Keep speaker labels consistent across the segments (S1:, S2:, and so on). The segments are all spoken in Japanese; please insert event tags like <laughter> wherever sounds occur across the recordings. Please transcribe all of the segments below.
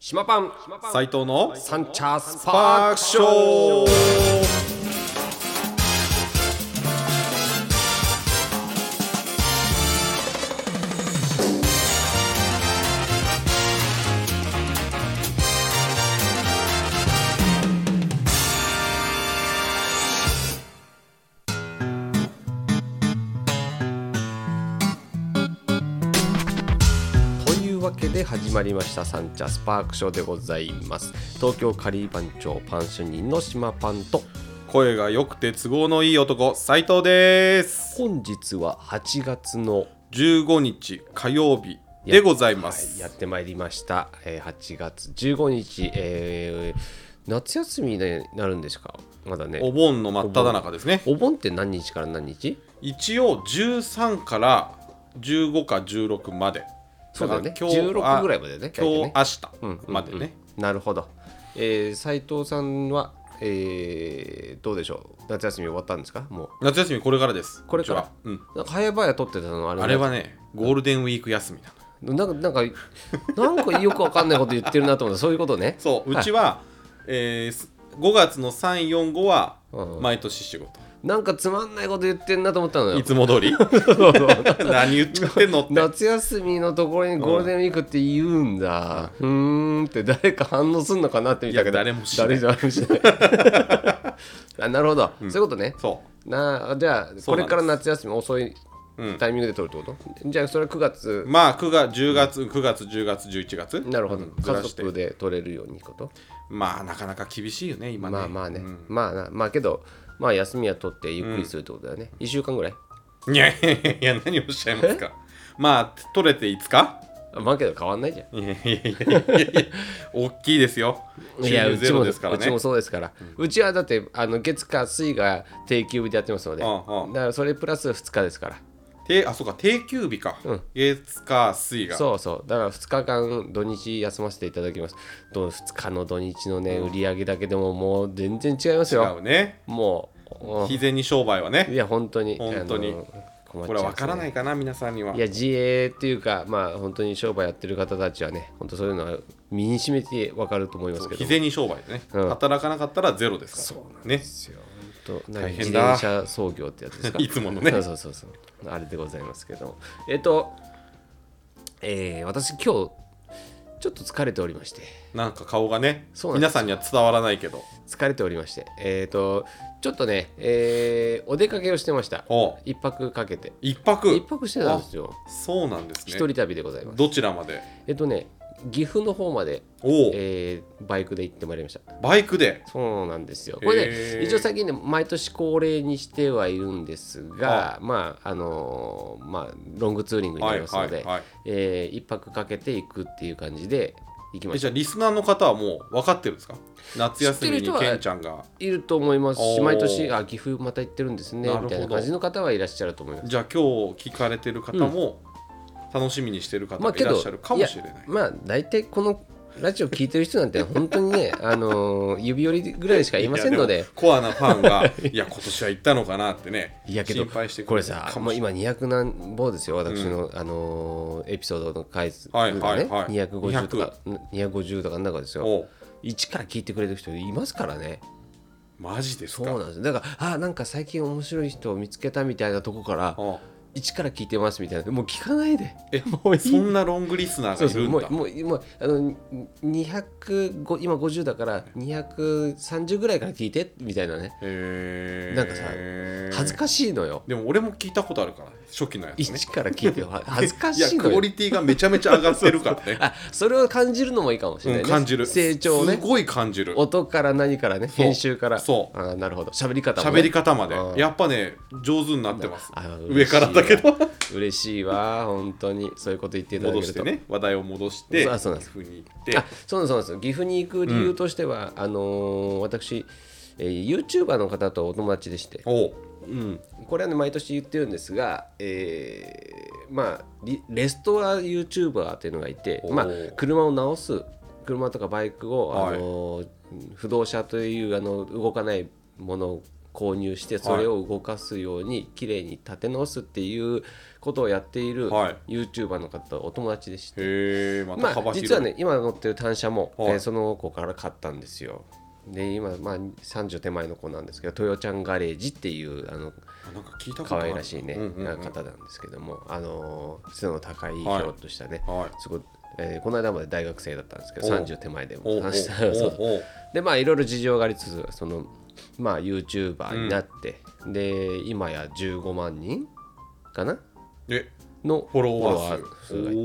S1: 島パン
S2: 斉藤の
S1: サンチャース
S2: パ
S1: パー
S2: ー
S1: ク
S2: ク
S1: シ
S2: シ
S1: ョ
S2: ョ
S1: ー
S2: ー
S1: というわけで始まりましたサンチャースパークショーでございます東京カリー番長パン主任の島パンと
S2: 声が良くて都合のいい男斉藤です
S1: 本日は8月の
S2: 15日火曜日でございま
S1: は
S2: す
S1: やってまいりました、えー8月15日、えー夏休みになるんですかまだね
S2: お盆の真っ只中ですね
S1: お盆って何日から何日
S2: 一応13から15か16まで
S1: そうだよね
S2: から今日
S1: 16ぐらいまでね
S2: あ今日明日
S1: うんうんうん
S2: までね
S1: なるほど、えー、斉藤さんは、えーどうでしょう夏休み終わったんですかもう
S2: 夏休みこれからです
S1: これから
S2: うちはうん
S1: なんか早々撮ってたのあれ
S2: あれはねゴールデンウィーク休みなの
S1: なんかなんかなんかよくわかんないこと言ってるなと思ってそういうことね
S2: そうう
S1: はい
S2: ちは、えーす5月の345は
S1: うん
S2: 毎年仕事、
S1: なんかつまんないこと言ってんなと思ったのよ
S2: いつも
S1: <laughs>
S2: 通り何言っちゃってんのって
S1: 夏休みのところにゴールデンウィークって言うんだ、うーんって誰か反応すんのかなって見たけど
S2: いや誰もしない
S1: 誰もしない <laughs> あなるほど、そういうことね
S2: そ
S1: なあじゃあこれから夏休み遅い
S2: うん
S1: タイミングで取るってこと、じゃあそれは9
S2: う
S1: 月
S2: まあ9月10月9月10月11月
S1: なるほど、
S2: うんずら
S1: 家
S2: して
S1: 族で取れるようにこと
S2: まあなかなか厳しいよね今ね
S1: まあまあね、まあなまあけどまあ休みは取ってゆっくりするってことだよね、一1週間ぐらい
S2: いやいやいやいや何をおっしゃいますかまあ取れて5日
S1: まあけど変わんないじゃん
S2: いやいやいやいやいや大きいですよ収
S1: いや
S2: 入
S1: う
S2: ゼ
S1: ち
S2: ロ
S1: も
S2: ですから
S1: うち
S2: ね
S1: もそうですから、うちはだってあの月火水が定休日でやってますので、
S2: うんうん
S1: だからそれプラス2日ですから
S2: てあそうか定休日か、月火水が
S1: そうそうだから2日間土日休ませていただきますと2日の土日のね、売り上げだけでももう全然違います
S2: 違
S1: よ
S2: うね
S1: もう
S2: 日銭商売は
S1: うん
S2: ね
S1: いや本当に
S2: 本当に
S1: あの困っ
S2: これ
S1: ちゃいますね
S2: は分からないかな皆さんにはい
S1: や自営っていうかまあ本当に商売やってる方たちはね本当そういうのは身にしめてわかると思いますけど
S2: 日銭商売でね、
S1: うん
S2: 働かなかったらゼロですからね
S1: と何
S2: 大
S1: 自
S2: 変だ
S1: 転車操業ってやつですか
S2: <laughs> いつものね
S1: そうそうそうそうあれでございますけどもえっとえー、私今日ちょっと疲れておりまして
S2: なんか顔がね
S1: そうなんです
S2: 皆さんには伝わらないけど
S1: 疲れておりましてえっ、とちょっとね、えーお出かけをしてました
S2: おう
S1: 一泊かけて
S2: 一泊
S1: 一泊してたんですよ
S2: あそうなんです
S1: 一
S2: ね
S1: 人旅でございます
S2: どちらまで
S1: えっとね岐阜の方まで、
S2: おお、
S1: えーバイクで行ってまいりました
S2: バイクで
S1: そうなんですよ。
S2: へー
S1: これね、一応最近ね、毎年恒例にしてはいるんですが、まあ、あのーまあ、ロングツーリングになりますの
S2: は
S1: で
S2: いはいはい、
S1: えー一泊かけていくっていう感じで行きま
S2: え
S1: し
S2: じ
S1: た。
S2: ゃあリスナーの方はもう分かってるんですか夏休み
S1: 知ってる人
S2: に
S1: は
S2: ケンちゃんが
S1: いると思いますし、
S2: おー
S1: 毎年、あ、岐阜また行ってるんですね、
S2: なるほ
S1: みた
S2: ど
S1: いな感じの方はいらっしゃると思います。
S2: じゃあ今日聞かれてる方も楽しみにしてる方
S1: まあ、
S2: がい
S1: け
S2: らっ
S1: ど
S2: しゃるかもしれない,、
S1: やまあ、大体このラジオ聞いてる人なんて、本当にね、あのー指折りぐらいしかいませんの
S2: い
S1: で
S2: や。もコアなファンが <laughs> いや今年は行ったのかなってね
S1: いやけど
S2: 心配して
S1: こ
S2: く
S1: れ
S2: れる
S1: さ
S2: か
S1: も
S2: も
S1: う
S2: しれない
S1: 今200何本ですよ私の、あのーエピソードの回数が
S2: はい
S1: ね、
S2: はいはい
S1: 250とか250とかの中ですよ
S2: おう
S1: 1から聞いてくれる人いますからね
S2: マジです
S1: そう
S2: か
S1: なんですよだからあなんか最近面白い人を見つけたみたいなとこから
S2: おう
S1: 1から聞いてますみたいなもう聞かないで
S2: え
S1: もういい
S2: そんなロングリスナー
S1: そう
S2: がい
S1: そう
S2: るん
S1: も
S2: だ
S1: うもうもうあの205今50だから230ぐらいから聞いてみたいなね
S2: へー
S1: なんかさ恥ずかしいのよ
S2: でも俺も聞いたことあるから初期のやつね
S1: 1から聞いては恥ずかしい
S2: や
S1: の
S2: クオ
S1: よ
S2: リティがめちゃめちゃ上がってるからね
S1: あ <laughs> それを感じるのもいいかもしれない、
S2: う
S1: ね
S2: ん感じる
S1: 成長を
S2: す
S1: ね
S2: ごい感じる
S1: 音から何からね
S2: そう
S1: 編集から
S2: そう
S1: あーなるほど喋り方も、ね、
S2: 喋り方まで
S1: うん
S2: やっぱね上手になってます
S1: あー
S2: 上からだ
S1: <laughs>
S2: けど
S1: 嬉しいわ本当にそういうこと言っていただけ
S2: 戻
S1: ると
S2: してね話題を戻して
S1: そうそうなんです
S2: ふうに言っ
S1: あそうなんですそうなんです岐阜に行く理由としては、あのー私、えー、YouTuber の方とお友達でして
S2: て、おう
S1: うん、これはね毎年言ってるんですが、えーまあリレストア YouTuber っていうのがいて、
S2: おー
S1: まあ、車を直す車とかバイクを、
S2: はい
S1: あの不動車というあの動かないもの購入してそれを動かすように綺麗に立て直すっていうことをやっている
S2: はい
S1: YouTuber の方お友達でして、
S2: へえまた
S1: ま
S2: 幅
S1: あ、
S2: 広い、
S1: 実はね今乗ってる単車も、
S2: はい
S1: えーその子から買ったんですよで今、まあ、30手前の子なんですけどトヨちゃんガレージっていうあの
S2: あなんか聞いたことあ
S1: 可
S2: る
S1: 愛らしいね、
S2: うんうんうん
S1: 方なんですけども、あのー背の高いひ
S2: はい
S1: ょろっとしたね、
S2: はい
S1: すごいえーこの間まで大学生だったんですけど
S2: おう
S1: 30手前で
S2: おうお
S1: も
S2: うおう
S1: 話したそう
S2: おう
S1: でまあいろいろ事情がありつつそのまあ YouTuber になって、で今や15万人かな
S2: え
S1: の
S2: フォロワー数
S1: フォロワー数がいて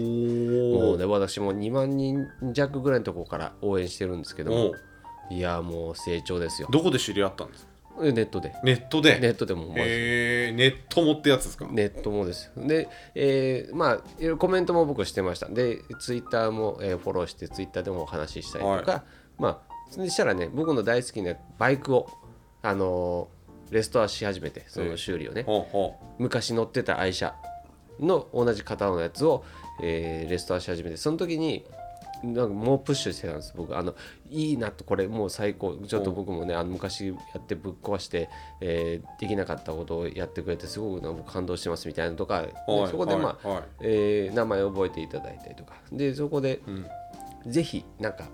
S2: お
S1: も
S2: お
S1: うね私も2万人弱ぐらいのところから応援してるんですけど
S2: お
S1: も
S2: う
S1: いやもう成長ですよ
S2: どこで知り合ったんですか
S1: ネットで
S2: ネットで
S1: ネットでもまあ
S2: へえネットもってやつですか
S1: ネットもです。で、えーまあ、いろいろコメントも僕してました。で、ツイッターも、えーフォローして、ツイッターでもお話ししたりとか、まあ、そしたらね、僕の大好きなバイクを、あのーレストアし始めて、その修理をね、
S2: ほうほ
S1: 昔乗ってた愛車の同じ型のやつを、えーレストアし始めてその時になんかもうプッシュしてたんです僕あのいいなとこれもう最高ちょっと僕もねあの昔やってぶっ壊して、えーできなかったことをやってくれてすごくなんか感動してますみたいなのとか、ね
S2: うはい
S1: そこでまあ、
S2: はいはい
S1: えー名前を覚えていただいたりとかでそこで、
S2: ん
S1: ぜひなんか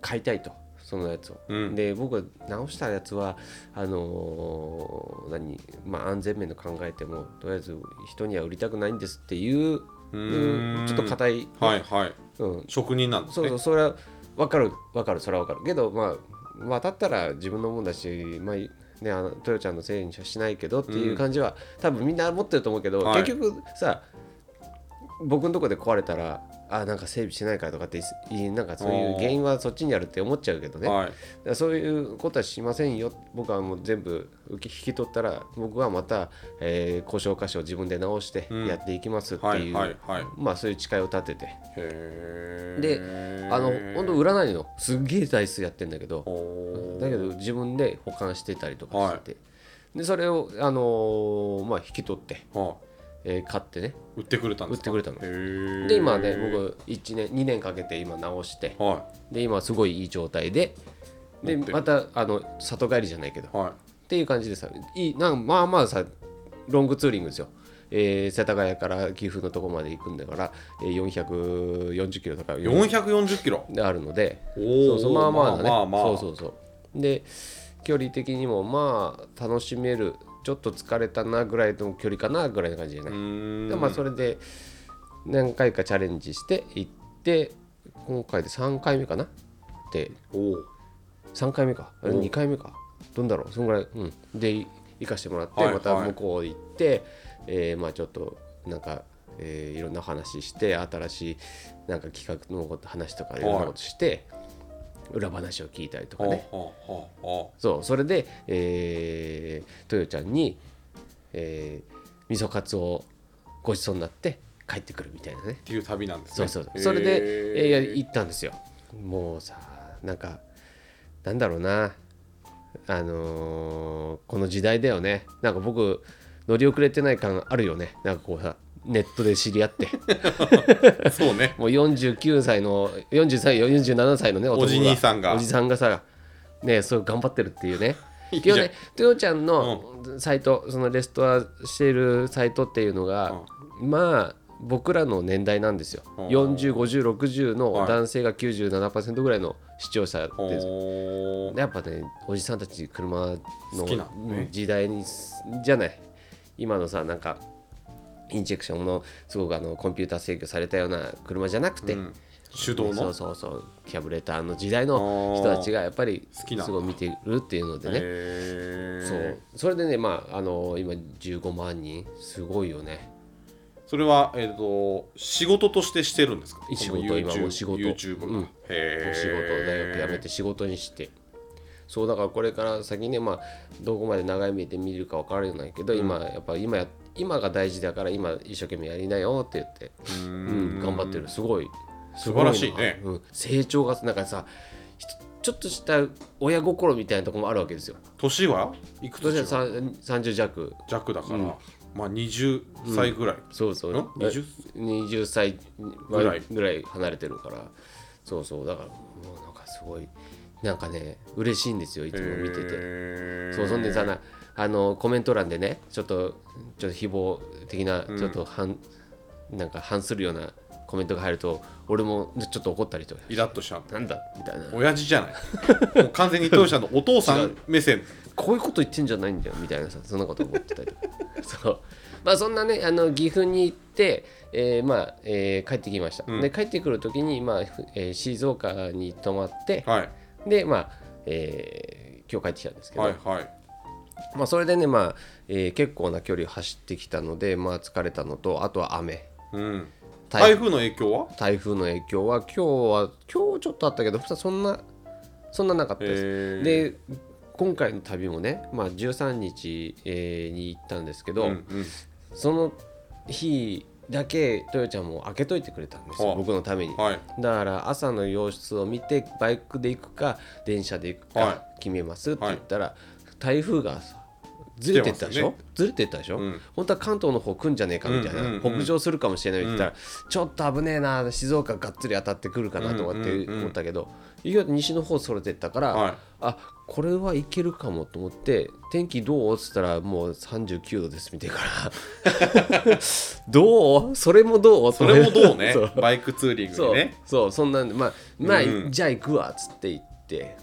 S1: 買いたいとそのやつを、
S2: うん
S1: で僕が直したやつはあのー何まあ安全面の考えてもとりあえず人には売りたくないんですっていう
S2: うーん
S1: ちょっと硬い、
S2: はいはい
S1: うん、
S2: 職人なんです
S1: そう
S2: ね
S1: そうそれは分かる分かるそれは分かるけどまあ渡ったら自分のもんだしまあね、あのトヨちゃんのせいにはしないけどっていう感じは、多分みんな持ってると思うけど、
S2: はい
S1: 結局さ僕のとこで壊れたらあなんか整備してないからとかっていいなんかそういう原因はそっちにあるって思っちゃうけどね、
S2: はい
S1: だからそういうことはしませんよ僕はもう全部受け引き取ったら僕はまた、えー故障箇所を自分で直して
S2: うん
S1: やっていきますって、
S2: はいいうはいはい
S1: まあそういう誓いを立てて
S2: へ
S1: で
S2: え
S1: あの本当占いのすっげえ台数やってんだけど
S2: おー
S1: だけど自分で保管してたりとかしてて、でそれを、あのーまあ、引き取って、
S2: は
S1: えー買ってね
S2: い売ってくれたん
S1: 売っ
S2: ですか
S1: てくれたの
S2: へー
S1: で今ね僕1年2年かけて今直して
S2: は
S1: で今すごいいい状態でで
S2: 持ってる
S1: またあの里帰りじゃないけど
S2: いは
S1: っていう感じでさいいなんまあまあさロングツーリングですよ、えー世田谷から岐阜のとこまで行くんだから、えー440キロとか
S2: い440キロ
S1: であるので
S2: おー
S1: そうそうまあまあだね、
S2: まあまあ
S1: そうそうそうで距離的にもまあ楽しめるちょっと疲れたなぐらいの距離かなぐらいの感じじゃな
S2: う
S1: い、
S2: ーん
S1: でまあそれで何回かチャレンジして行って今回で3回目かなで
S2: おう
S1: 3回目かあれ2回目かどんだろうそんぐらい、うん、でい行かしてもらって、
S2: はい
S1: また
S2: はい
S1: 向こう行って、えーまあちょっとなんか、えーいろんな話して新しいなんか企画のこと話とかいろんなことして、裏話を聞いたりとか
S2: は
S1: ね
S2: あはあはあはあ
S1: そうそれで、えー、トヨちゃんに、えー、味噌カツをごちそうになって帰ってくるみたいなね
S2: っていう旅なんです
S1: そ
S2: ね
S1: うそう
S2: へー
S1: それで、えーいや行ったんですよもうさなんかなんだろうなあのーこの時代だよねなんか僕乗り遅れてない感あるよねなんかこうさネットで知り合って
S2: そう
S1: <laughs>
S2: ね
S1: もう49歳の43歳47歳のね男が
S2: おじ兄さんが
S1: おじさんがさねそう頑張ってるっていうね
S2: いいじゃ
S1: 今
S2: ん
S1: 日ねトヨちゃんのサイト、そのレストアしてるサイトっていうのが、まあ僕らの年代なんですよ、
S2: うん
S1: 405060
S2: は
S1: の
S2: い
S1: 男性が97%ぐらいの視聴者です、
S2: おー
S1: やっぱねおじさんたち車の
S2: 好きなね
S1: 時代にじゃない今のさなんかインジェクションのすごくあのコンピューター制御されたような車じゃなくて、
S2: うん手動
S1: そ
S2: の
S1: うそうそうキャブレターの時代の人たちがやっぱり
S2: 好きなんだ
S1: すごい見てるっていうのでね、
S2: へー
S1: そうそれでねまああの今15万人すごいよね
S2: それは、えっと仕事としてしてるんですか
S1: 仕事
S2: この YouTube
S1: 今もう仕事
S2: YouTube
S1: うん
S2: がへ
S1: 仕
S2: ー
S1: 事を大学辞めて仕事にしてそうだからこれから先ねまあどこまで長い目で見るか分からないけど、今やっぱ今や今が大事だから今一生懸命やりなよって言って、うん頑張ってるすごい
S2: 素晴らしいね
S1: すごなうん、成長がなんかさひとちょっとした親心みたいなところもあるわけですよ
S2: 年はいくつ
S1: どうせ
S2: で
S1: さ30弱
S2: 弱だから、まあ20歳ぐらい、
S1: そうそうん
S2: 20?
S1: 20歳
S2: ぐらい
S1: ぐらい離れてるからそうそうだからもうなんかすごいなんかね嬉しいんですよいつも見てて、
S2: へ
S1: そうそんでさなあのコメント欄でねちょっとちょっと誹謗的なちょっと反、なんか反するようなコメントが入ると俺もちょっと怒ったりとか
S2: イラッとしちゃう
S1: なんだみたいな
S2: 親父じゃな
S1: <laughs>
S2: いもう完全に伊藤ちゃんのお父さん目線
S1: こういうこと言ってんじゃないんだよみたいなさそんなこと思ってたりとかそうまあそんなねあの岐阜に行って、えーまあえー帰ってきました、
S2: うん
S1: で帰ってくる時に、まあふえー静岡に泊まって
S2: はい
S1: でまあ、えー今日帰ってきたんですけど、
S2: はいはい
S1: まあ、それでね、まあえー結構な距離を走ってきたので、まあ、疲れたのとあとは雨
S2: うん台
S1: 台
S2: 風の影響は
S1: 台風の影響は今日は今日ちょっとあったけど普通はそんなそんななかったです、
S2: えー
S1: で今回の旅もね、まあ、13日、えーに行ったんですけど、
S2: うんうん
S1: その日だけトヨちゃんも開けといてくれたんです
S2: は
S1: よ
S2: あ
S1: 僕のために、
S2: はい
S1: だから朝の様子を見てバイクで行くか電車で行く
S2: はい
S1: か決めますって言ったら、台風がさずれてったでし
S2: 来
S1: ょ、
S2: て
S1: ずれてったでしょ、
S2: うん
S1: 本当は関東の方来んじゃねえかみたいな、
S2: うんうんうん
S1: 北上するかもしれないって言ったら、ちょっと危ねえな静岡がっつり当たってくるかなとかって思ったけど、意外と西の方それてったから、
S2: はい
S1: あこれはいけるかもと思って天気どうっつったらもう39度ですみたいな
S2: <laughs>
S1: どうそれもどう
S2: それもどう
S1: <laughs>
S2: ね
S1: そう
S2: バイクツーリング
S1: そ
S2: に
S1: う,、
S2: ね
S1: そうそんなんでまあ、まあ
S2: うん
S1: じゃあ行くわっつって行って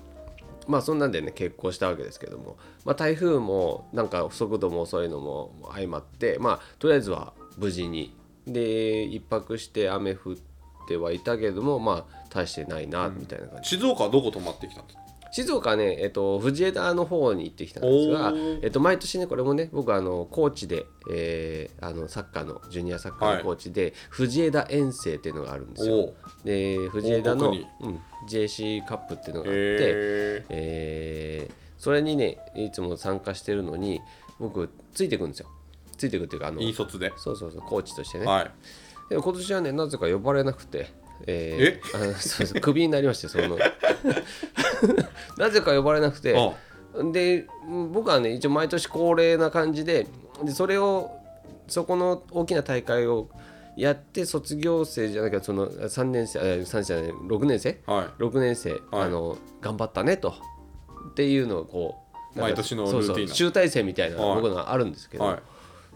S1: まあそんなんでね結婚したわけですけども、まあ、台風もなんか速度も遅いのも相まってまあとりあえずは無事にで一泊して雨降ってはいたけれどもまあ大してないなみたいな感じ、
S2: 静岡はどこ泊まってきたんですか
S1: 静岡はね、えっと、藤枝の方に行ってきたんですが
S2: おー、
S1: えっと、毎年ねこれもね僕はあの高知で、えーあのサッカーのジュニアサッカー
S2: は
S1: の
S2: い
S1: コーチで、藤枝遠征っていうのがあるんですよ
S2: お
S1: で藤枝の、
S2: 王
S1: う
S2: 国に
S1: ん、JC カップっていうのがあって、
S2: へ
S1: えーそれにねいつも参加してるのに僕ついてくんですよついてくっていうかあの
S2: ー引率で
S1: そうそうそうコーチとしてね、
S2: はい
S1: でも今年はねなぜか呼ばれなくて、え
S2: え
S1: ー、あのそうそうクビになりましてそ
S2: <laughs>
S1: の <laughs> なぜか呼ばれなくて
S2: あ
S1: でうん僕はね一応毎年恒例な感じででそれをそこの大きな大会をやって卒業生じゃなきゃその3年生あ3年生じゃない6年生
S2: はい
S1: 6年生、あの頑張ったねとっていうのをこうなんか
S2: 毎年のルー
S1: そ
S2: テ
S1: う
S2: ィ
S1: そう
S2: ンな
S1: 集大成みたいな
S2: はい
S1: 僕のはあるんですけど、
S2: はい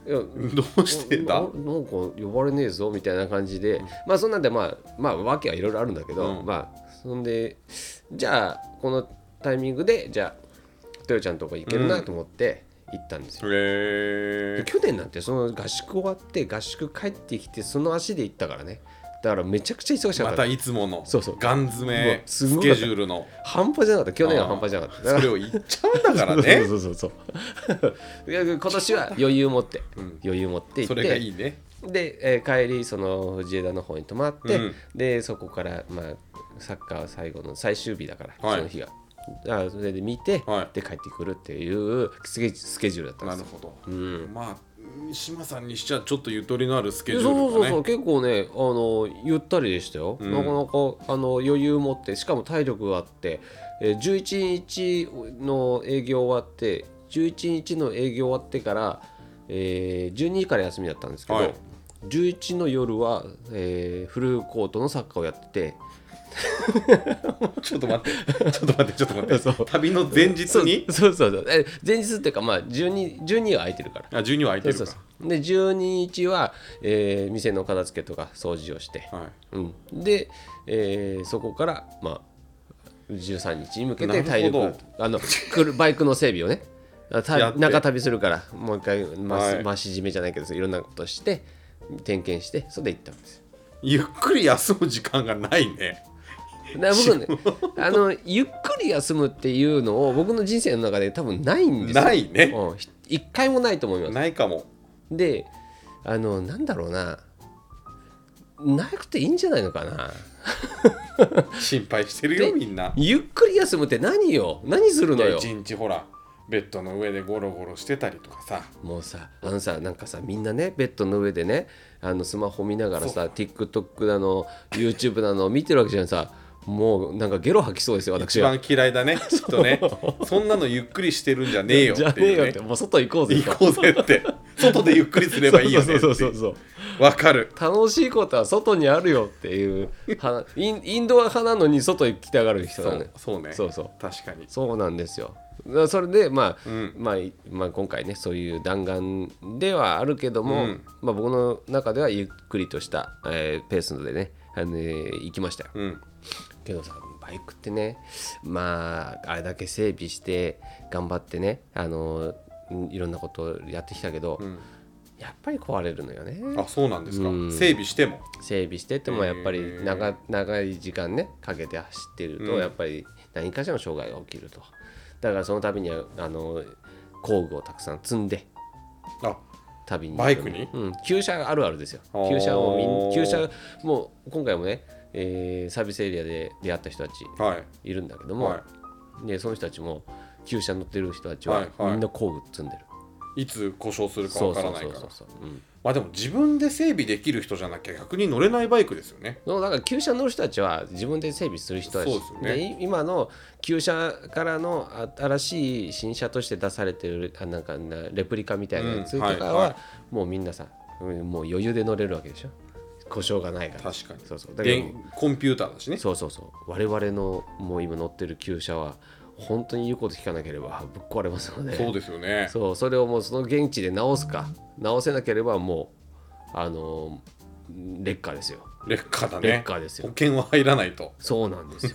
S1: や
S2: いどうしてんだ
S1: ななんか呼ばれねえぞみたいな感じで、まあそんなんでまあまあ訳はいろいろあるんだけど、
S2: うん
S1: まあそんでじゃあこのタイミングでじゃあトヨちゃんとこ行けるなと思って行ったんですよ、
S2: へ
S1: で
S2: え
S1: 去年なんてその合宿終わって合宿帰ってきてその足で行ったからねだからめちゃくちゃ忙しか
S2: ま
S1: った
S2: いつもの
S1: そうそう
S2: ガン詰
S1: も
S2: め
S1: うす
S2: ス
S1: ごかっ
S2: ケ
S1: た
S2: ジュールの
S1: 半端じゃなかった去年は半端じゃなかっただか
S2: そ
S1: ら
S2: れを言っちゃうんだから
S1: <laughs>
S2: ね
S1: そうそうそうそう <laughs> いや今年は余裕持って、
S2: ん
S1: 余裕持って行って
S2: それがい
S1: <laughs>
S2: いね
S1: で、えー帰りその藤枝の方に泊まって、
S2: うん
S1: でそこから、まあ、サッカーは最後の最終日だから、
S2: はい
S1: その日があそれで見て、
S2: はい
S1: で帰ってくるっていうスケスケジュールだった
S2: なんる
S1: です
S2: ほど、
S1: うん
S2: まあ島さんにしちゃちょっとゆとりのあるスケジ
S1: で
S2: ュ
S1: そう
S2: ール
S1: そ
S2: と
S1: う
S2: か
S1: そ
S2: ね
S1: う結構ねあのゆったりでしたよ、
S2: うん
S1: なかなかあの余裕持ってしかも体力があって、えー11日の営業終わって11日の営業終わってから、えー12時から休みだったんですけど、
S2: はい
S1: 11の夜は、えーフルコートのサッカーをやって
S2: <laughs> ちょっと待ってちょっと待ってちょっと待っ
S1: <laughs> そ
S2: て旅の前日
S1: てそう
S2: に
S1: そうそうそうえ前日っていうかまあ12 12は空いてるから
S2: あ12は空いてる
S1: そ
S2: か
S1: うそうで12日は、えー店の片付けとか掃除をして、
S2: はい
S1: うん、で、えーそこから、まあ、13日に向け
S2: なる
S1: て
S2: ほど
S1: 体力あのくるバイクの整備をねあた
S2: <laughs> やって
S1: 中旅するからもう一回ま
S2: は
S1: あ
S2: い
S1: まあし締めじゃないけどいろんなことして点検してそれで行ったん
S2: <laughs>
S1: ですよ。
S2: ゆっくり休む時間がないね
S1: だから僕ねあのゆっくり休むっていうのを僕の人生の中で多分ないんですよ。
S2: ないね
S1: うんひ一回もないと思います。
S2: ないかも
S1: であのなんだろうななくていいんじゃないのかな。
S2: 心配してるよ
S1: で
S2: みんな
S1: ゆっくり休むって何よ何する
S2: い
S1: の
S2: や
S1: よ
S2: 一日ほらベッドの上でゴロゴロしてたりとかさ
S1: もうさあのさなんかさみんなねベッドの上でねあのスマホ見ながらさ TikTok だの YouTube だの見てるわけじゃんさもうなんかゲロ吐きそうですよ私
S2: 一
S1: は。
S2: 番嫌い
S1: <laughs>
S2: だねきっとねそんなのゆっくりしてるんじゃねえよ
S1: じゃ
S2: っ
S1: ね
S2: て
S1: え
S2: いう
S1: よっ
S2: ね
S1: てもう外行こうぜ
S2: 行こうぜって外でゆっくりすればいいよねってい
S1: <laughs> そううそうそうそうそう
S2: わかる
S1: 楽しいことは外にあるよっていうはインインドア派なのに外行きたがる人
S2: そ
S1: だね
S2: うそうね
S1: そうそう
S2: 確かに
S1: そうなんですよだからそれで、まあ
S2: うん
S1: まあ、いまあ今回ねそういう弾丸ではあるけども、
S2: うん
S1: まあ、僕の中ではゆっくりとした、えーペースでね、あのー行きましたよ
S2: うん
S1: けどさバイクってねまああれだけ整備して頑張ってね、あのーんいろんなことをやってきたけど、
S2: ん
S1: やっぱり壊れるのよね
S2: あそうなんですか
S1: うん
S2: 整備しても
S1: 整備してってもやっぱ
S2: へ
S1: り
S2: ー
S1: 長長い時間ねかけて走ってると
S2: うん
S1: やっぱり何かしらの障害が起きるとだからその度にはあの工具をたくさん積んで
S2: あ
S1: 旅に
S2: バイクに
S1: うん、旧車あるあるですよ
S2: あー
S1: 旧車をみん旧車もう今回もね、えーサービスエリアで出会った人たち
S2: はい
S1: いるんだけども、
S2: は
S1: でその人たちも旧車乗ってる人たちは
S2: はいはい
S1: みんな工具積んでる、
S2: いいつ故障するか
S1: そ
S2: わ
S1: う
S2: か
S1: そ
S2: ら
S1: う
S2: な
S1: そ
S2: いうか
S1: そう
S2: ら
S1: そう、うん、
S2: まあでも自分で整備できる人じゃなきゃ逆に乗れないバイクですよね
S1: のだから旧車乗る人たちは自分で整備する人たち
S2: そうですよね
S1: い今の旧車からのあ新しい新車として出されてるあなんかなレプリカみたいなやつ
S2: う
S1: と
S2: ん
S1: か
S2: はい
S1: は、
S2: は
S1: もうみんなさうんもう余裕で乗れるわけでしょ故障がないから
S2: 確かに
S1: そうそうだけ
S2: で
S1: ど
S2: コンピューターだしね
S1: そうそうそう我々のもう今乗ってる旧車は本当に言うこと聞かなければぶっ壊れますので
S2: そうですよね
S1: そうそれをもうその現地で直すか直せなければもうあの劣化ですよ
S2: 劣化だね
S1: 劣化ですよ
S2: 保険は入らないと
S1: そうなん
S2: <laughs>
S1: ですよ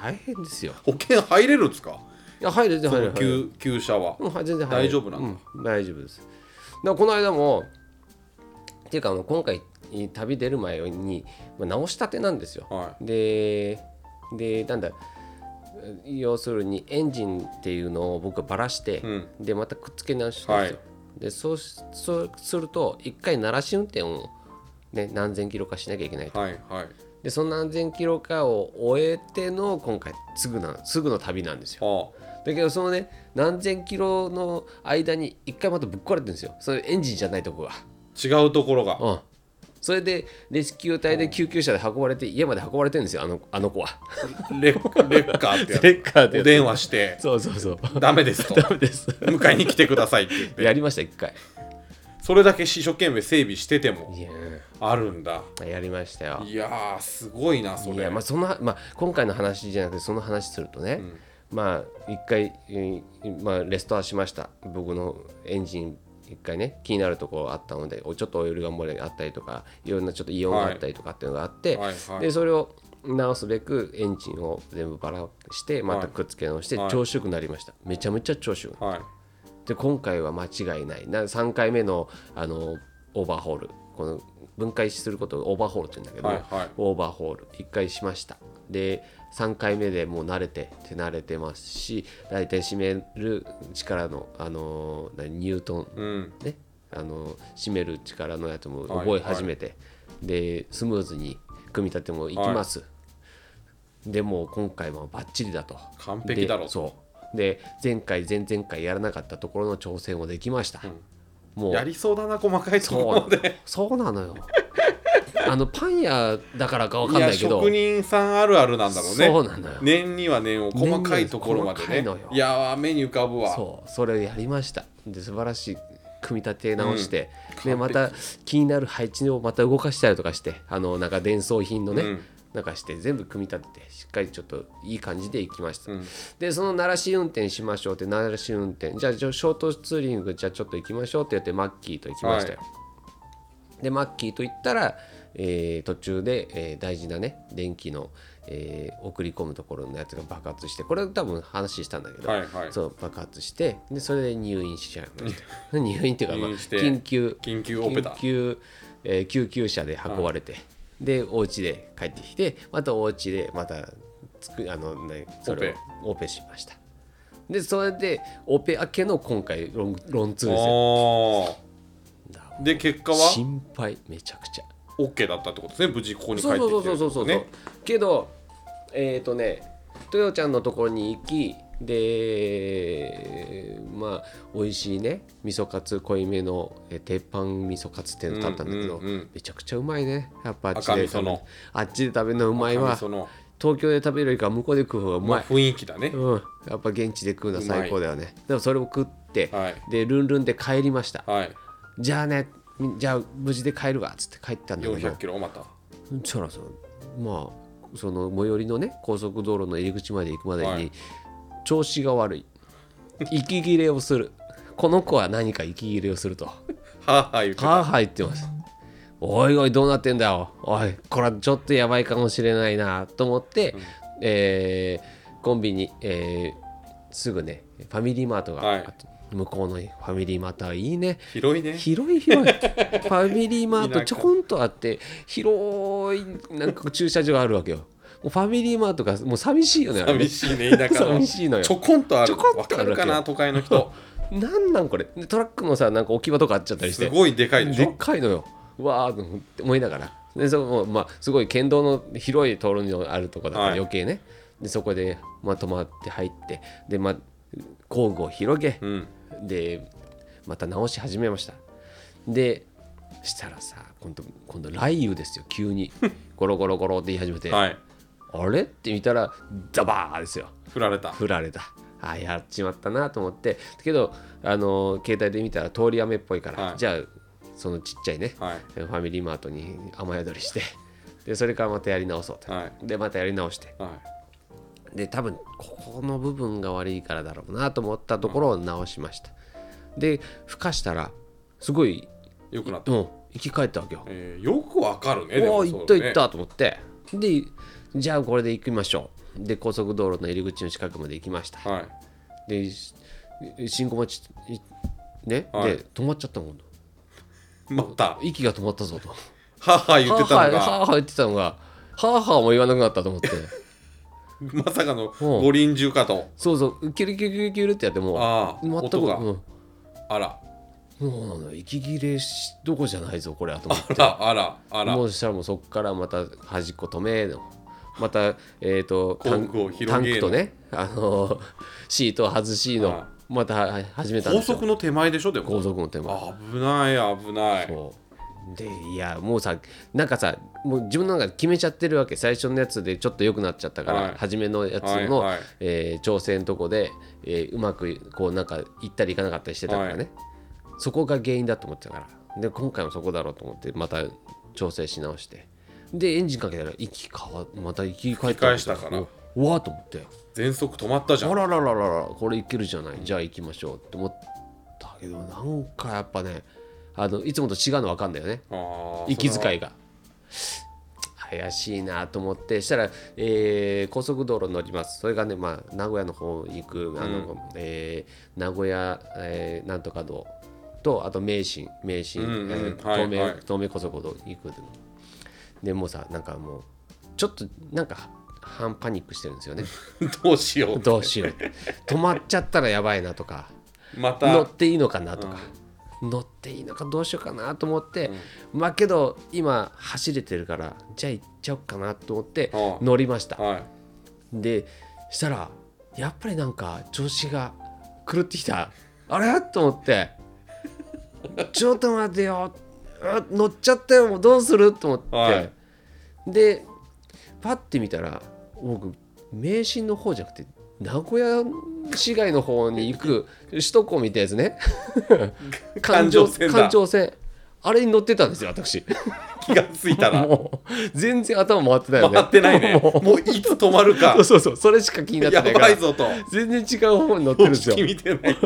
S1: 大変ですよ
S2: 保険入れるんですか
S1: いや入る全然
S2: そ
S1: 入る
S2: の
S1: 入る
S2: 旧旧車は
S1: うんはい全然入る
S2: 大丈夫なんだ
S1: うん大丈夫ですだからこの間もっていうかあの今回旅出る前にまあ直したてなんですよ
S2: は
S1: ででなんだ要するにエンジンっていうのを僕はばらして、
S2: うん
S1: でまたくっつけ直したんですよ、でそうしそうすると一回鳴らし運転を、ね、何千キロかしなきゃいけない
S2: いはいはい
S1: でその何千キロかを終えての今回すぐなすぐの旅なんですよ
S2: は
S1: だけどそのね何千キロの間に一回またぶっ壊れてるんですよそれエンジンじゃないとこが
S2: あ違うところが
S1: うんそれでレスキュー隊で救急車で運ばれて家まで運ばれてるんですよあのあの子は <laughs>
S2: レッレッカーってやつ
S1: レッカーってやつ
S2: お電話して
S1: そうそうそう
S2: ダメですと
S1: ダメです
S2: 迎えに来てくださいって言って
S1: やりました一回
S2: それだけ一生懸命整備してても
S1: いや
S2: あるんだ
S1: ーやりましたよ
S2: いやーすごいなそ
S1: い
S2: れ
S1: やまあそのまあ今回の話じゃなくてその話するとね、まあ一回、えーまあ、レストアしました僕のエンジン一回ね気になるところあったのでおちょっとオイルが漏れがあったりとかいろんなちょっと異音があったりとかっていうのがあって、
S2: はいはい
S1: でそれを直すべくエンジンを全部ばらしてまたくっつけ直して
S2: はい
S1: 調子よくなりました、めちゃめちゃ調子よくなる
S2: はい
S1: で今回は間違いないな3回目のあのオーバーホールこの分解することをオーバーホールって言うんだけど、
S2: はいはい
S1: オーバーホール1回しましたで3回目でもう慣れて手慣れてますし大体締める力のあのー何ニュートン
S2: うん
S1: ねあのー締める力のやつも
S2: はい
S1: 覚え始めて、でスムーズに組み立てもいきます、でもう今回もバッチリだと
S2: 完璧だろ
S1: で
S2: う
S1: そうで前回前々回やらなかったところの挑戦もできました、もう
S2: やりそうだな細かいと
S1: そう
S2: こ
S1: な
S2: ろ
S1: の
S2: で
S1: そうなのよあのパン屋だからかわかん
S2: い
S1: な
S2: や
S1: いけど
S2: 職人さんあるあるなんだろうね
S1: そうなのよ
S2: 念には念を細かいところまで
S1: 念
S2: ね
S1: には細かいのよ
S2: いやー目に浮かぶわ
S1: そうそれをやりましたで素晴らしい組み立て直して、
S2: うん
S1: でまた気になる配置をまた動かしたりとかしてあのなんか伝送品のね、
S2: うん
S1: なんかして全部組み立ててしっかりちょっといい感じでいきました、
S2: ん
S1: でその鳴らし運転しましょうって鳴らし運転じゃあじゃあショートツーリングじゃあちょっと行きましょうって言ってマッキーと行きましたよ、でマッキーと行ったら、えー途中で、えー大事なね電気の、えー送り込むところのやつが爆発してこれ多分話したんだけど、
S2: はいはい
S1: そう爆発してでそれで入院しちゃいました
S2: <laughs>
S1: 入院っていうか、まあ、
S2: 入院して
S1: 緊急
S2: 緊急オペだ
S1: 緊急、えー救急車で運ばれて、でお家で帰ってきてまたお家でまたつくあの、ね、それをオペしましたでそれでオペ明けの今回ロンロンツーですよ
S2: あーで結果は
S1: 心配めちゃくちゃ
S2: OK だったってことですね無事ここに帰っ
S1: そ
S2: て
S1: う
S2: きて
S1: そうそうそうそうそう、
S2: ね
S1: けどえっ、ー、とねトヨちゃんのところに行きでまあ美味しいね味噌カツ濃いめのえー鉄板味噌カツっていうの買ったんだけど、
S2: うんうんうん
S1: めちゃくちゃうまいねやっぱあっち
S2: 赤
S1: で
S2: 味
S1: 食
S2: 噌
S1: べ
S2: の
S1: あっちで食べるのうまいわ
S2: その
S1: 東京で食べるよりか向こうで食う方がう
S2: ま
S1: ま
S2: あ
S1: い、
S2: 雰囲気だね
S1: うん、やっぱ現地で食うのは最高だよねでもそれを食って、
S2: はい
S1: でルンルンで帰りました
S2: はい
S1: じゃあねみじゃあ無事で帰るわっつって帰ったんだけど
S2: 400キロまた
S1: そらそらまあその最寄りのね高速道路の入り口まで行くまでに、
S2: はい
S1: 調子が悪い息切れをするこの子は何か息切れをすると
S2: はあはあ言ってた
S1: はあはあ言ってますおいおいどうなってんだよおいこれちょっとやばいかもしれないなと思って、えーコンビニ、えーすぐねファミリーマートが、
S2: はい
S1: 向こうのファミリーマートはいいね
S2: 広いね
S1: 広い広いファミリーマートちょこんとあって広いなんか駐車場があるわけよもうファミリーマートがもう寂しいよねあれね
S2: 寂しいね田舎の
S1: 寂しいのよ
S2: ちょこんとあ
S1: ちょ
S2: る
S1: こんとある
S2: わかるかな都会の人
S1: なんなんこれでトラックのさなんか置き場とかあっちゃったりして
S2: すごいでかいでし
S1: で
S2: ょ
S1: っかいのようわーと思って思いながらでそこまあすごい県道の広い通りのあるとこだから
S2: はい
S1: 余計ね、でそこで、まあ、泊まって入ってでまあ工具を広げ、
S2: うん
S1: でまた直し始めましたでしたらさ今度今度雷雨ですよ急
S2: <laughs>
S1: にゴロゴロゴロって言い始めて、
S2: はい
S1: あれって見たらザバーですよ
S2: 振られた
S1: 振られたあやっちまったなと思ってけどあの携帯で見たら通り雨っぽいから、
S2: はい
S1: じゃあそのちっちゃいね、
S2: はい
S1: ファミリーマートに雨宿りして <laughs> でそれからまたやり直そうと、
S2: は
S1: でまたやり直して
S2: は
S1: で多分ここの部分が悪いからだろうなと思ったところを直しました、でふかしたらすごい
S2: いよくなった
S1: うん生き返ったわけよ、
S2: えーよくわかるねで
S1: お
S2: も
S1: お
S2: そう
S1: 行った
S2: ね
S1: 行ったと思ってでじゃあこれで行きましょうで高速道路の入り口の近くまで行きました
S2: はい
S1: でし信号待ちいね、
S2: はい
S1: で止まっちゃったもん
S2: また
S1: 息が止まったぞと
S2: はあはあ言ってたの
S1: はあはあは
S2: が
S1: あはあ言ってたのがはあはあも言わなくなったと思って
S2: <laughs> まさかの五輪中かと
S1: そうそうキュルキュルキュルキュルってやっても
S2: ああ
S1: 全く
S2: 音が
S1: うん
S2: あら
S1: もうなの息切れしどこじゃないぞこれはと思っ
S2: あらあらあ
S1: て
S2: ら
S1: もうしたらもうそこからまた端っこ止めのまたえっ、とタン
S2: 工具を広げ
S1: タンクとねあのーシートを外しの
S2: は
S1: または始めたん
S2: 高
S1: ですよ
S2: 速の手前でしょでも
S1: 高速の手間
S2: 危ない危ない
S1: そうでいやもうさなんかさもう自分の中で決めちゃってるわけ最初のやつでちょっと良くなっちゃったから、
S2: はい
S1: 初めのやつの、
S2: はいはい
S1: えー調整のとこで、えーうまくこうなんか行ったり行かなかったりしてたからね、そこが原因だと思ってたからで今回もそこだろうと思ってまた調整し直してでエンジンかけたら息変わまた息変え
S2: 吹き返したから
S1: うわーと思って
S2: 全速止まったじゃ
S1: あ
S2: ん
S1: らららららこれいけるじゃないじゃあ行きましょうって思ったけどなんかやっぱねあのいつもと違うの分かんだよね息遣
S2: い
S1: いが怪しいなと思ってしたら、えー高速道路乗りますそれがね、まあ、名古屋の方行くあの、えー名古屋、えーなんとか道とあと名神名神、
S2: うんうん
S1: えー
S2: はい
S1: 東名、
S2: はい
S1: 東名高速道行くでもうさなんかもうちょっとなんか半パニックしてるんですよ
S2: <laughs>
S1: ね
S2: どうしよう
S1: どうしようって止まっちゃったらやばいなとか
S2: ま
S1: 乗っ
S2: た
S1: ていいのかなとか、乗っていいのかどうしようかなと思って、まあけど今走れてるからじゃあ行っちゃおうかなと思って
S2: うん
S1: 乗りました、
S2: はい
S1: でしたらやっぱりなんか調子が狂ってきたあれと思って「ちょっと待てよあ乗っちゃったよどうする?」と思って、
S2: はい
S1: でパッて見たら僕名神の方じゃなくて名古屋市街の方に行く首都高みたいなやつね
S2: <laughs> 環状線だ
S1: 環状線あれに乗ってたんですよ私
S2: 気がついたら
S1: もう全然頭回ってないよね
S2: 回ってないね
S1: も
S2: もういつ止まるか
S1: うそうそうそれしか気になって
S2: や
S1: ないか
S2: ば
S1: ら
S2: いぞと
S1: 全然違う方に乗ってるんです
S2: <laughs>
S1: よ
S2: 式見てない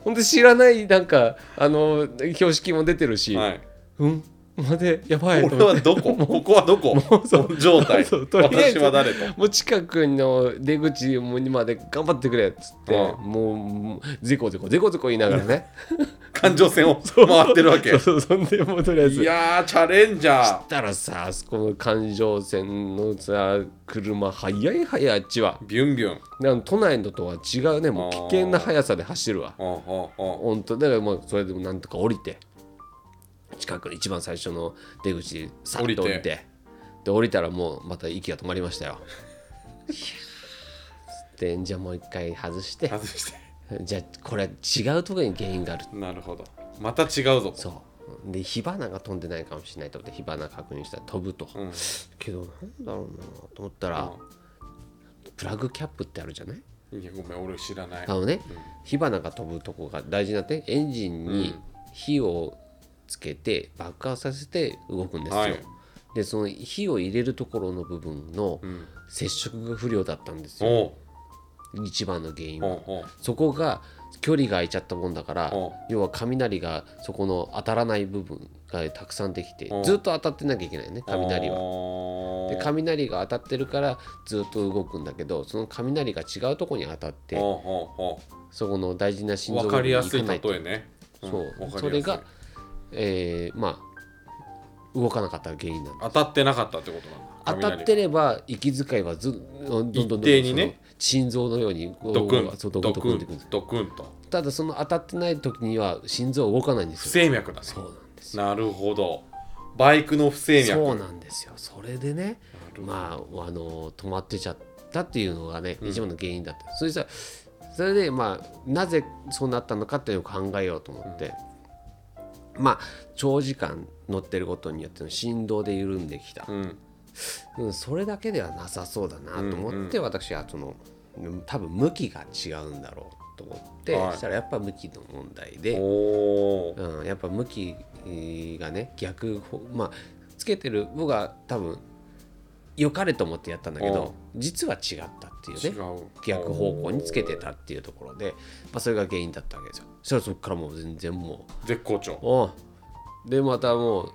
S1: ほんで知らないなんかあの標識も出てるし、
S2: はい
S1: うん待てやばいと
S2: 俺
S1: 思っ
S2: は
S1: て
S2: どこここはどこ
S1: うそう
S2: 状態
S1: そうとりあえ
S2: 私
S1: ず
S2: は誰と
S1: もう近くの出口にまで頑張ってくれっつって、
S2: う
S1: もうもうゼコゼコゼコゼコ言いながらね
S2: 環状線を <laughs> 回ってるわ
S1: <laughs> そ
S2: け
S1: うそうそんでもうとりあえず
S2: いやーチャレンジャ
S1: たらさあそこの環状線のさ車速い速いあっちは
S2: ービュンビュン
S1: なん都内のとは違うねもう危険な速さで走るわ
S2: おうおうおう
S1: 本当だからまあそれでもなんとか降りて近くの一番最初の出口でさっと降りて
S2: 降りて
S1: で降りたらもうまた息が止まりま <laughs> したよいやーでじゃあもう一回外して
S2: 外して
S1: じゃあこれは違うところに原因がある
S2: なるほどまた違うぞと
S1: そうで火花が飛んでないかもしれないと思って火花確認したら飛ぶと、
S2: うん
S1: けどなんだろうなと思ったら、プラグキャップってあるじゃない
S2: いやごめん俺知らない
S1: あのね、火花が飛ぶとこが大事になってエンジンに火をつけて爆破させて動くんですよ、
S2: はい
S1: でその火を入れるところの部分の
S2: うん
S1: 接触が不良だったんですよ、
S2: おう
S1: 一番の原因は
S2: おうおう
S1: そこが距離が空いちゃったもんだから
S2: おう
S1: 要は雷がそこの当たらない部分がたくさんできて
S2: お
S1: ずっと当たってなきゃいけないね雷は。
S2: は
S1: で雷が当たってるからずっと動くんだけどその雷が違うとこに当たって
S2: おうおう
S1: そこの大事な
S2: おう
S1: 心臓
S2: わ
S1: 部
S2: か
S1: 分
S2: りやすい
S1: 行かな
S2: 例
S1: と
S2: えねん
S1: そ
S2: わかりやす
S1: う
S2: い
S1: それが、えーまあ動かなかった原因なんだ
S2: 当たってなかったってことなん
S1: 当
S2: だ雷
S1: たってれば息遣いはずどんどんどんどん
S2: 一定にね
S1: その心臓のようにこう
S2: ドクン
S1: そうドクンドクンってくるんです
S2: ドクンと
S1: ただその当たってない時には心臓は動かないんで
S2: 不
S1: すよ
S2: 整脈だね
S1: そうなんですよ
S2: なるほどバイクの不整脈
S1: そうなんですよそれでねまああの止まってちゃったっていうのがね一番の原因だった、それさそれでまあなぜそうなったのかっていうのを考えようと思って、まあ長時間乗ってることによっての振動で緩んできた、
S2: うん
S1: うん、それだけではなさそうだなと思って、私はそのうん多分向きが違うんだろうと思って、
S2: はい
S1: そしたらやっぱ向きの問題で、
S2: おお
S1: うん、やっぱ向きえーがね逆方まあつけてる僕は多分良かれと思ってやったんだけど実は違ったっていう
S2: 違
S1: ね
S2: う
S1: 逆方向につけてたっていうところで、まあ、それが原因だったわけですよそしたらそこからもう全然も
S2: 絶好
S1: う
S2: 調
S1: おうでまたも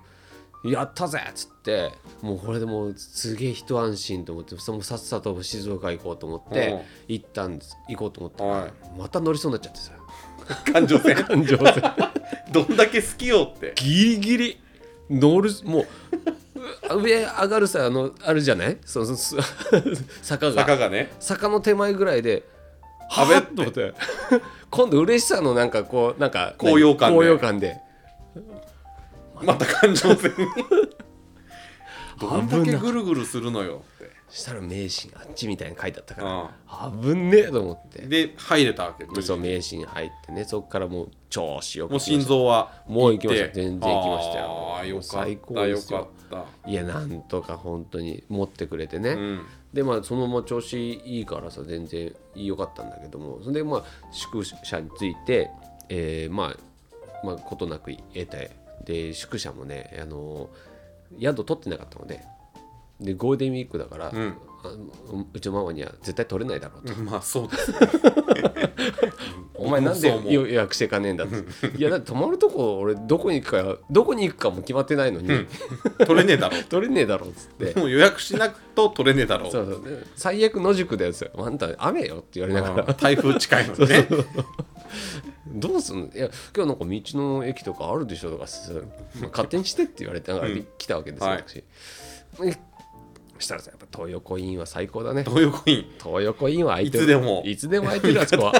S1: うやったぜっつってもうこれでもうすげえ一安心と思ってそのさっさと静岡行こうと思って行ったんです行こうと思ったら、
S2: はい
S1: また乗りそうになっちゃってさ
S2: 感情線
S1: 感情線
S2: <laughs> どんだけ好きよ
S1: <laughs>
S2: って
S1: ギリギリ乗るもうう上上がるさあのあるじゃないそのそ <laughs> 坂が
S2: 坂
S1: 坂
S2: がね
S1: の手前ぐらいで
S2: あ
S1: は
S2: べ
S1: べ
S2: っ
S1: ってと思って今度嬉しさのなんかこうなんか
S2: 高揚感で
S1: 何高揚感で
S2: また感
S1: <laughs>
S2: 情線にどんだ
S1: 危
S2: け
S1: な
S2: ぐるぐるするのよって
S1: したら名神あっちみたいに書いてあったから
S2: う
S1: 危ねえと思って
S2: んで入れたわけ
S1: そう名神入ってねそこからもう調子よく
S2: もう心臓は
S1: もう行きました
S2: て
S1: 全然行きましたよ
S2: ああよか
S1: 最
S2: っ
S1: 高
S2: た
S1: で
S2: よ
S1: す
S2: か
S1: よ
S2: っ
S1: いやなんとか本当に持ってくれてね、
S2: たうん
S1: でまあそのまま調子いいからさ全然良かったんだけどもそれでまあ宿舎について、えーまあまあことなく得てで宿舎もねあの宿取ってなかったのででゴールデンウィークだから、
S2: ん
S1: あのうちのママには絶対取れないだろうと、
S2: <laughs> まあそうですね
S1: お前なんで
S2: そう思う
S1: 予約してかねえんだっていやだって泊まるとこ俺どこに行くかどこに行くかも決まってないのに、
S2: 取れねえだろ
S1: 取 <laughs> れねえだろうっつって
S2: もう予約しなくと取れねえだろ
S1: そうそうで最悪野宿だよっつってあんた雨よって言われながら
S2: うん台風近いのにね
S1: どうすんのいや今日なんか道の駅とかあるでしょとかそう勝手にしてって言われてながら来たわけですよ、
S2: はい
S1: 私えそしたらさやっぱ東横インは最高だね
S2: 東横イン
S1: 東横インは空いてる
S2: いつでも
S1: いつでも空いてるあそこ
S2: <laughs>
S1: は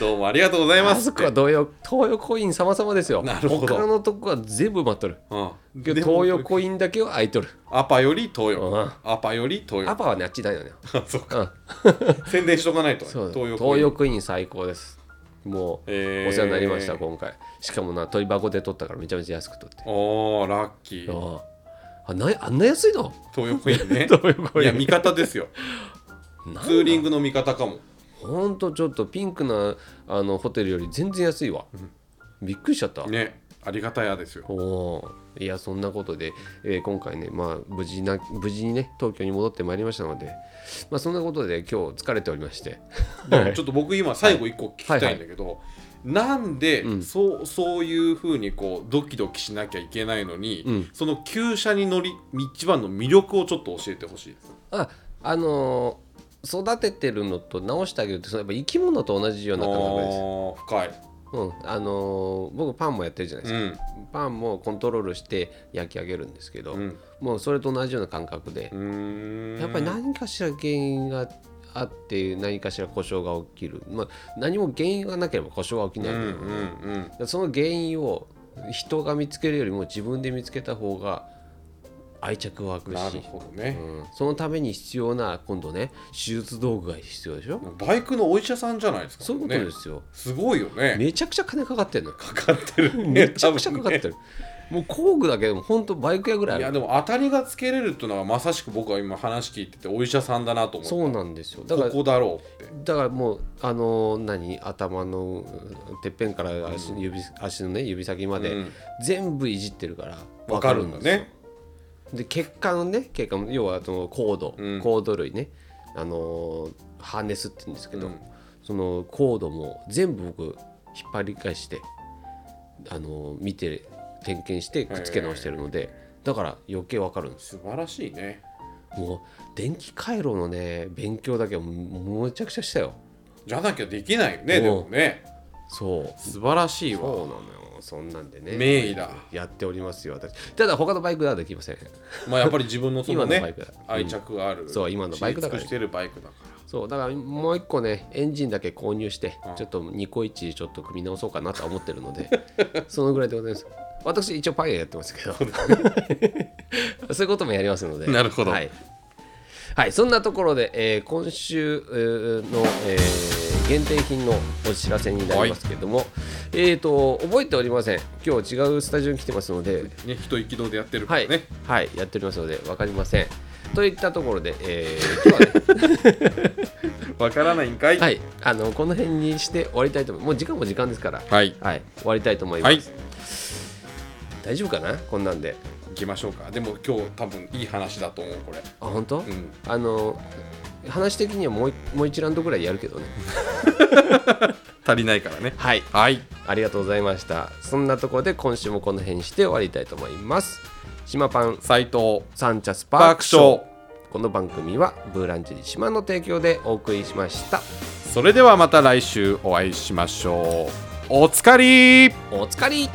S2: どうもありがとうございま
S1: あ
S2: す
S1: そ
S2: っ
S1: こ
S2: て
S1: は東横東横イン様々ですよ
S2: なるほど
S1: 他のとこは全部埋まっとる
S2: うん
S1: け
S2: で
S1: ど
S2: も
S1: 東横インだけは空いとる
S2: アパより東
S1: う
S2: 横
S1: ん
S2: アパより東
S1: ア
S2: 横
S1: パはねあっちないのよ、
S2: あ <laughs> そう
S1: うん、
S2: 宣伝しとかないとね
S1: そう
S2: 東横
S1: 東横イン最高ですもうお
S2: えー
S1: 世話になりました今回しかもな鳥箱で取ったからめちゃめちゃ安く取って
S2: おおラッキー
S1: あああなあんな安いの
S2: 東横イ
S1: <laughs>
S2: ンね
S1: 東横イン
S2: いや味方ですよツーリングの味方かも
S1: ほんとちょっとピンクなあのホテルより全然安いわ、びっくりしちゃった、
S2: ねありがたやですよ
S1: おおーいやそんなことで、えー今回ねまあ無事な無事にね東京に戻ってまいりましたのでまあそんなことで今日疲れておりまして
S2: でもちょっと僕今最後一個聞きたいんだけど、なんで、
S1: うん
S2: そうそういうふうにこうドキドキしなきゃいけないのに、
S1: うん
S2: その旧車に乗り一番の魅力をちょっと教えてほしいです。
S1: ああのー育ててるのと直してあげるってそのやっぱ生き物と同じような感覚です、
S2: あー深い。
S1: うん、あのー僕パンもやってるじゃないです
S2: う
S1: か、
S2: ん
S1: パンもコントロールして焼き上げるんですけど、
S2: うん
S1: もうそれと同じような感覚で
S2: う、ーん。
S1: やっぱり何かしら原因があって何かしら故障が起きる、まあ、何も原因がなければ故障は起き
S2: う
S1: なんい、
S2: うん
S1: だ
S2: うん。
S1: からその原因を人が見つけるよりも自分で見つけた方が愛着湧く
S2: な
S1: し
S2: る、ほどね。
S1: うんそのために必要な今度ね手術道具が必要でしょ、
S2: バイクのお医者さんじゃないですか、
S1: そういうことで
S2: ね。
S1: すよ、
S2: すごいよね。 <laughs>
S1: めちゃくちゃ金かかってるのよ
S2: かかってるね。
S1: <laughs> めちゃくちゃかかって
S2: 多分
S1: る、
S2: ね
S1: もう工具だけでも本当バイク屋ぐらいあ
S2: い
S1: る
S2: やでも当たりがつけれるっていうのはまさしく僕は今話聞いててお医者さんだなと思って
S1: そうなんですよだから
S2: ここだろうって
S1: だからもうあの何頭のうんてっぺんから足,、指足のね指先まで、
S2: うん
S1: 全部いじってるから
S2: わかるんだ
S1: わか
S2: ね
S1: ですよで血管ね血管要はそのコード、
S2: うん
S1: コード類ねあのーハーネスって言うんですけど、
S2: うん
S1: そのコードも全部僕引っ張り返してあのー見て点検してくっつけ直してるので、だから余計わかるんです
S2: 素晴らしいね
S1: もう電気回路のね勉強だけはもうめちゃくちゃしたよ
S2: じゃなきゃできないよねでもね
S1: そう
S2: 素晴らしい
S1: そう
S2: わ
S1: なのよそんなんでね
S2: 名医だ
S1: やっておりますよ私ただ他のバイクではできません
S2: まあやっぱり自分のその
S1: 今のバイ
S2: ね
S1: クだ
S2: 愛着がある
S1: そう今のバイクだから
S2: 知り尽くしてるバイクだか
S1: そうだからもう一個ねエンジンだけ購入してちょっとニコイチちょっと組み直そうかなとは思ってるので <laughs> そのぐらいでございます私一応パン屋やってますけど <laughs> そういうこともやりますので
S2: なるほど
S1: はい、はい、そんなところで、えー今週えーの、えー限定品のお知らせになりますけれども、えーと覚えておりません今日違うスタジオに来てますので
S2: らね人憤でやってるか
S1: は
S2: ら
S1: い、
S2: ね
S1: はい、やっておりますので分かりません。といったところで、えー今日はね、
S2: わからないんか
S1: <laughs>
S2: い
S1: はい、あのこの辺にして終わりたいと思います。もう時間も時間ですから、
S2: はいい
S1: はい、終わりたいと思います。
S2: はい
S1: 大丈夫かなこんなんで。
S2: きましょうかでも今日多分いい話だと思うこれ
S1: あ、本当、
S2: ん
S1: あの、話的にはもう一もう一ラウンドぐらいやるけどね。
S2: 足りないからね
S1: はい、
S2: はい
S1: ありがとうございました。そんなところで今週もこの辺にして終わりたいと思います。島パン
S2: 斎藤
S1: サンチャスパー
S2: 爆
S1: クショー
S2: 笑。
S1: この番組はブーランジェリ島の提供でお送りしました。
S2: それではまた来週お会いしましょうおつかり
S1: おつかり